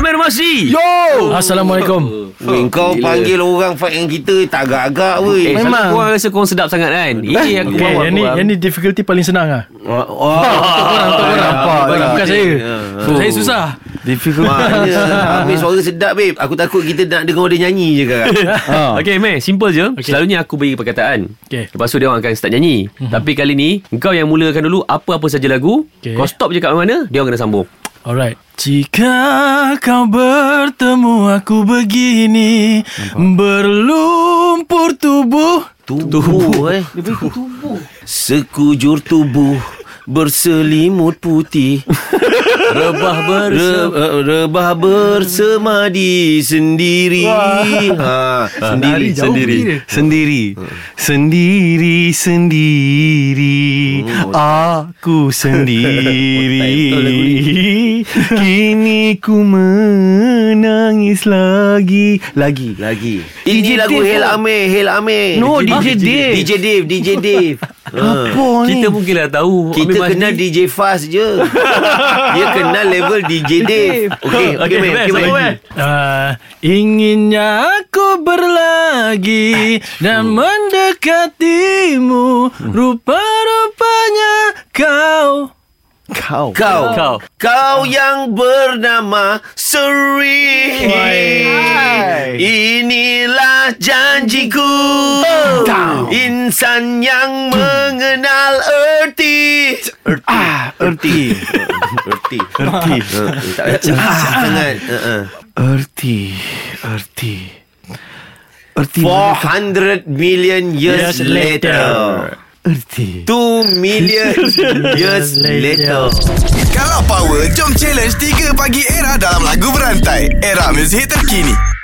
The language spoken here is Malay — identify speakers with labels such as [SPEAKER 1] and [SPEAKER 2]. [SPEAKER 1] Amir Masri
[SPEAKER 2] Yo
[SPEAKER 3] Oh. Assalamualaikum
[SPEAKER 2] Weh, Kau panggil orang fight dengan kita Tak agak-agak
[SPEAKER 1] Eh,
[SPEAKER 2] weh
[SPEAKER 1] Memang
[SPEAKER 3] Memang.
[SPEAKER 1] Korang rasa korang sedap sangat kan Eh aku
[SPEAKER 3] Okay,
[SPEAKER 1] bawa
[SPEAKER 3] yang ni
[SPEAKER 1] korang.
[SPEAKER 3] yang ni difficulty paling senang ah.
[SPEAKER 2] Oh, oh, orang
[SPEAKER 4] Ah,
[SPEAKER 3] Untuk orang
[SPEAKER 2] Nampak
[SPEAKER 3] Bagi
[SPEAKER 2] lah.
[SPEAKER 3] bukan saya.
[SPEAKER 4] ya,
[SPEAKER 2] Oh.
[SPEAKER 3] Saya susah.
[SPEAKER 2] Difficult Amir suara sedap babe Aku takut kita nak dengar dia nyanyi je kan
[SPEAKER 4] Ya.
[SPEAKER 3] Ah.
[SPEAKER 4] Ah.
[SPEAKER 1] Ha. Okay Meh Simple je okay.
[SPEAKER 3] Okey.
[SPEAKER 1] Selalunya aku beri perkataan
[SPEAKER 3] Okey. Mhm.
[SPEAKER 1] Lepas tu dia orang akan start nyanyi Tapi kali ni Kau yang mulakan dulu Apa-apa saja lagu
[SPEAKER 3] Okey.
[SPEAKER 1] Kau stop je kat mana Dia orang kena sambung
[SPEAKER 3] Alright. Jika kau bertemu aku begini Berlumpur tubuh
[SPEAKER 2] Tubuh, tubuh eh. Sekujur tubuh berselimut putih. Rebah bersem Re, eh, rebah bersemadi sendiri. Ha, sendiri
[SPEAKER 3] jauh pergi dia.
[SPEAKER 4] Ah. Sendiri Sendiri Sendiri Aku sendiri Kini ku menangis lagi Lagi
[SPEAKER 2] Lagi. Ini lagu Hail Amir, Hail Amir.
[SPEAKER 4] No,
[SPEAKER 2] Ah,
[SPEAKER 4] DJ Dave.
[SPEAKER 2] DJ Dave, DJ Dave. Ha.
[SPEAKER 4] Apa ni
[SPEAKER 1] Kita mungkin dah tahu
[SPEAKER 2] Kita
[SPEAKER 1] Amir
[SPEAKER 2] kenal
[SPEAKER 1] Masri-
[SPEAKER 2] DJ Fast je. Dia kenal level DJ Dave. Okey,
[SPEAKER 1] Okey,
[SPEAKER 2] okey, man.
[SPEAKER 1] best,
[SPEAKER 2] okey, man.
[SPEAKER 1] apa, man?
[SPEAKER 3] Ah, Inginnya aku berlagi Dan
[SPEAKER 4] Hmm.
[SPEAKER 3] mendekatimu Rupa-rupanya kau
[SPEAKER 4] Kau
[SPEAKER 2] Kau
[SPEAKER 1] Kau.
[SPEAKER 2] Kau, kau yang bernama Seri Inilah janjiku Insan yang mengenal erti Erti ah, Erti
[SPEAKER 4] Erti
[SPEAKER 2] Erti Eh, Tak payah cakap sangat Eh, eh.
[SPEAKER 4] Erti Erti Erti mana-
[SPEAKER 2] 400 million years
[SPEAKER 3] Years later.
[SPEAKER 2] later
[SPEAKER 4] Erti
[SPEAKER 2] 2 million years later
[SPEAKER 5] Kalau power, jom challenge 3 pagi era dalam lagu berantai. Era muzik terkini.